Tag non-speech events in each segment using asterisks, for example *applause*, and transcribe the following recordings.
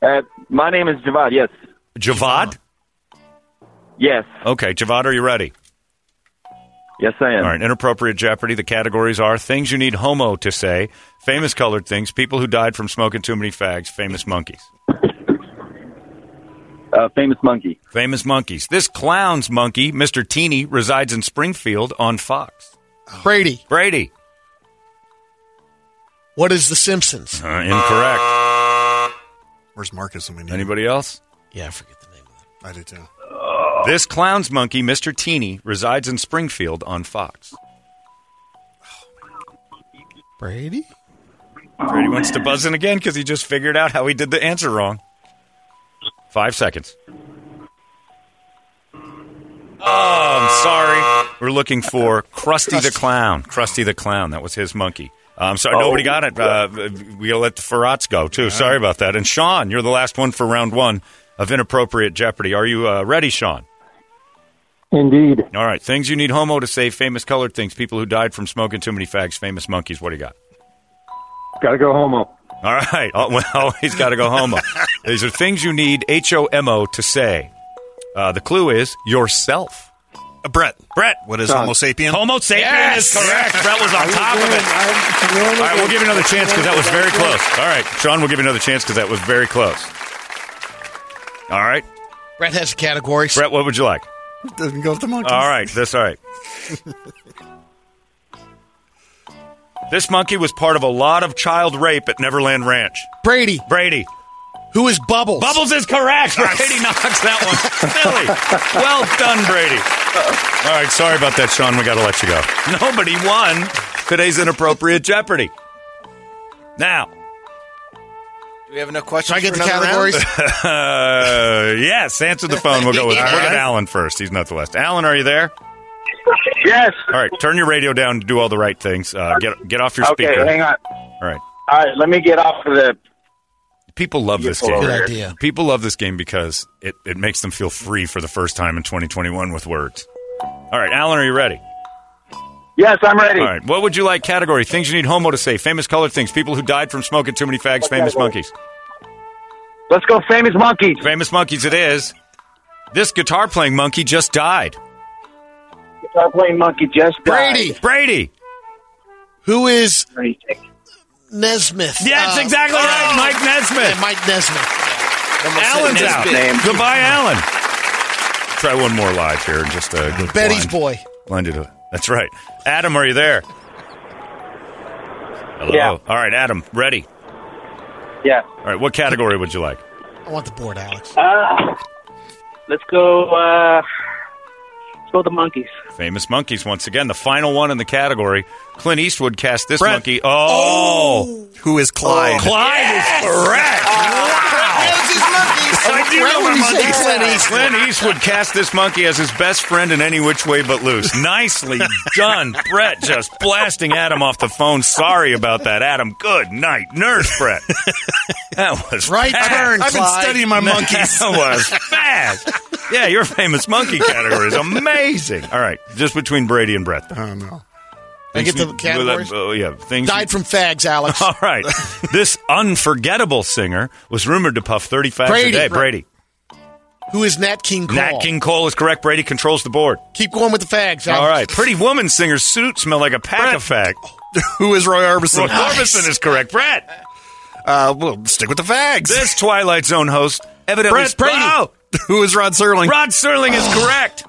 Uh, my name is Javad. Yes. Javad? Yes. Okay, Javad, are you ready? Yes, I am. All right, inappropriate Jeopardy. The categories are things you need homo to say, famous colored things, people who died from smoking too many fags, famous monkeys. Uh, famous monkey. Famous monkeys. This clown's monkey, Mr. Teeny, resides in Springfield on Fox. Oh. Brady. Brady. What is The Simpsons? Uh, incorrect. Where's Marcus when we need him? Anybody else? Yeah, I forget the name of that. I do too. This clown's monkey, Mr. Teeny, resides in Springfield on Fox. Brady? Brady wants to buzz in again because he just figured out how he did the answer wrong. Five seconds. Oh, I'm sorry. We're looking for Krusty the Clown. Krusty the Clown. That was his monkey. Uh, I'm sorry, nobody got it. Uh, we gotta let the Ferrats go too. Sorry about that. And Sean, you're the last one for round one of inappropriate Jeopardy. Are you uh, ready, Sean? Indeed. All right. Things you need homo to say. Famous colored things. People who died from smoking too many fags. Famous monkeys. What do you got? Gotta go homo. All right. Oh, well, *laughs* he's got to go homo. These are things you need H O M O to say. Uh, the clue is yourself. Uh, Brett. Brett. What is Sean. Homo sapien? Homo sapien Yes! is correct. Brett was on top of it. All right, we'll give you another chance because that was very close. All right, Sean, we'll give you another chance because that was very close. All right, Brett has categories. Brett, what would you like? Doesn't go with the monkeys. All right, this all right. this monkey was part of a lot of child rape at Neverland Ranch. Brady. Brady. Who is Bubbles? Bubbles is correct. Brady knocks that one. Silly. Well done, Brady. All right, sorry about that, Sean. We got to let you go. Nobody won today's inappropriate Jeopardy. Now, Do we have enough questions? Do I get for the another categories? round? uh, yes, answer the phone. We'll go *laughs* with Yeah. we'll get Alan first. He's not the last. Alan, are you there? Yes. All right, turn your radio down to do all the right things. Uh, get get off your Okay, speaker. hang on. All right. All right, let me get off of the. People love this game. Good idea. People love this game because it, it makes them feel free for the first time in 2021 with words. All right, Alan, are you ready? Yes, I'm ready. All right. What would you like category? Things you need homo to say. Famous colored things. People who died from smoking too many fags. Famous category? monkeys. Let's go, famous monkey. Famous monkeys it is. This guitar playing monkey just died. Guitar playing monkey just *laughs* died. Brady. Brady. Who is Brady. Nesmith? Yeah, that's Uh, exactly right. oh, Mike yeah, Nesmith. Mike Nesmith. Alan's Nesmith. out. Name. Goodbye, Alan. Try one more live here and just uh, go Betty's blind. boy. Blended. it. That's right. Adam, are you there? Hello. Yeah. All right, Adam, ready. Yes. All right, what category would you like? I want the board, Alex. Uh, let's go. Uh, let's go with the monkeys. Famous monkeys once again. The final one in the category. Clint Eastwood cast this Brett. monkey. Oh, Who is Clyde? Clyde is correct. Uh, I Oh, do know Why would you my say monkeys. Clint Eastwood? Clint Eastwood cast this monkey as his best friend in any which way but loose. Nicely done, Brett. Just blasting Adam off the phone. Sorry about that, Adam. Good night, nurse Brett. That was Right fast. turn, I've been Clyde. studying my monkeys. That was fast. Yeah, your famous monkey category is amazing. All right, just between Brady and Brett. I don't know. I get the Things- categories. Oh, yeah, things Died from fags, Alex. *laughs* All right. this unforgettable singer was rumored to puff 35 Brady. a day. Brady. Who is Nat King Cole? Nat King Cole is correct. Brady controls the board. Keep going with the fags, Alex. All right. Pretty woman singer's suit smelled like a pack of fag. *laughs* Who is Roy Roy Orbison? Orbison is correct. Brett. Uh, we'll stick with the fags. This Twilight Zone host evidently. Brett, Brady. Oh, *laughs* Who is Rod Serling? Rod Serling is correct.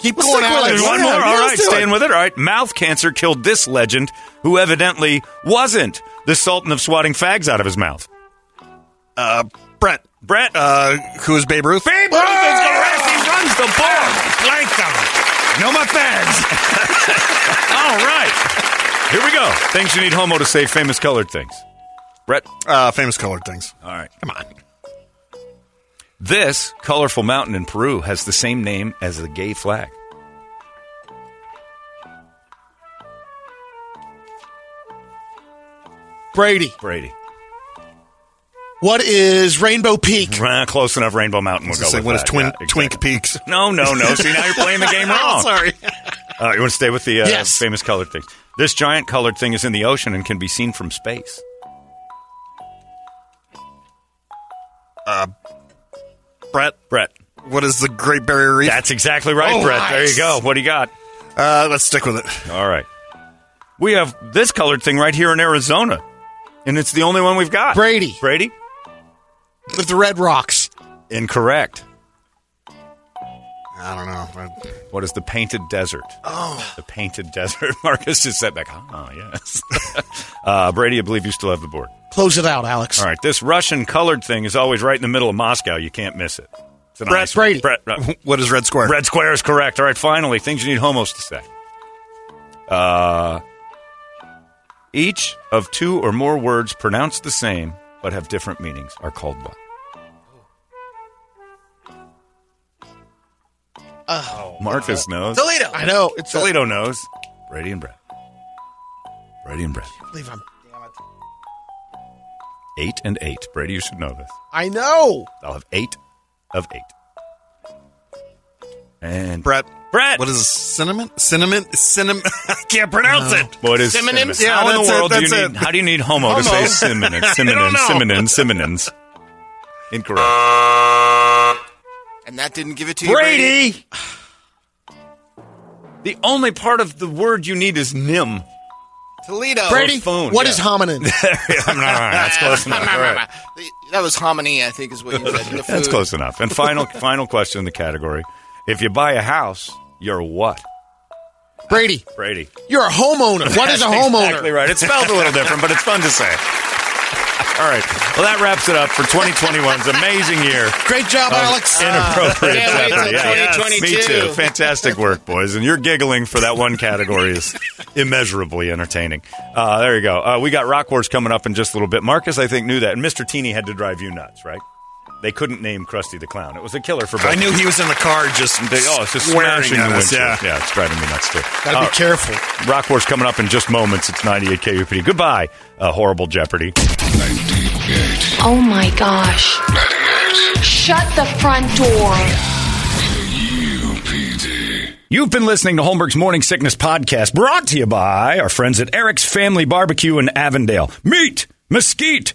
Keep Let's going, stick with Alex. There's one Yeah, more. yeah, All right, let's do staying with it. All right. Mouth cancer killed this legend, who evidently wasn't the Sultan of swatting fags out of his mouth. Uh, Brett. Brett. Uh, who is Babe Ruth? Babe Ruth is correct. He runs the board. Blank them. No, my fags. *laughs* All right. Here we go. Things you need homo to say famous colored things. Brett. Uh, famous colored things. All right. Come on. This colorful mountain in Peru has the same name as the gay flag. Brady. Brady. What is Rainbow Peak? Ah, Close enough. Rainbow Mountain will It's go like with what is that. Twin Yeah, exactly. Twink Peaks? No, no, *laughs* no. See, now you're playing the game wrong. Sorry. All right, you want to stay with the uh, Yes. famous colored things. This giant colored thing is in the ocean and can be seen from space. Brett, Brett. what is the Great Barrier Reef? That's exactly right, Oh, Brett. There you nice. go. What do you got? Uh, let's stick with it. *laughs* All right. We have this colored thing right here in Arizona, and it's the only one we've got. Brady. Brady? with the red rocks. Incorrect. I don't know. What is the painted desert? Oh. The painted *laughs* desert. Marcus just sat back. Oh, yes. *laughs* uh, Brady, I believe you still have the board. Close it out, Alex. All right. This Russian colored thing is always right in the middle of Moscow. You can't miss it. It's an Brett ice one. Brady. Brett, uh, What is Red Square? Red square is correct. All right, finally, things you need homos to say. Uh, each of two or more words pronounced the same but have different meanings are called what? Oh, Marcus knows. Toledo. I know. It's a- Toledo knows. Brady and Brett. Brady and Brett. I believe I'm- Eight and eight. Brady, you should know this. I know. I'll have eight of eight. And Brett. Brett. What is cinnamon? Cinnamon? Cinnamon? *laughs* I can't pronounce it. What is Synonyms? synonym? Yeah, how in that's the it, world do that's you it. need? How do you need homo, to say Homo. *laughs* synonyms? don't Synonyms, know. synonyms, synonyms? Incorrect. And that didn't give it to you, Brady. Brady. *sighs* The only part of the word you need is *laughs* nim. Toledo. Brady, Oh, phone, what yeah. is *laughs* hominin? that's close enough. All right. That was hominy, I think, is what you said. The That's food. close enough. And final, *laughs* final question in the category: If you buy a house, you're what? Brady, Brady. you're a homeowner. What is a homeowner? Exactly right. It's spelled a little different, but it's fun to say. *laughs* All right. Well, that wraps it up for 2021's amazing year. Great job, of Alex. Inappropriate. Ah. Can't wait till Yeah, yes. 2022. Me too. Fantastic work, boys. And your giggling for that one category is immeasurably entertaining. Uh, there you go. Uh, we got Rock Wars coming up in just a little bit. Marcus, I think, knew that. And Mr. Teeny had to drive you nuts, right? They couldn't name Krusty the Clown. It was a killer for both. I knew he was in the car just. They, oh, it's just swearing smashing at the us, windshield. yeah. yeah, it's driving me nuts too. Uh, Gotta be careful. Rock Wars coming up in just moments. It's 98 KUPD. Goodbye, uh, horrible Jeopardy. 98. Oh my gosh. 98. Shut the front door. UPD. You've been listening to Holmberg's Morning Sickness Podcast, brought to you by our friends at Eric's Family Barbecue in Avondale. Meet, mesquite,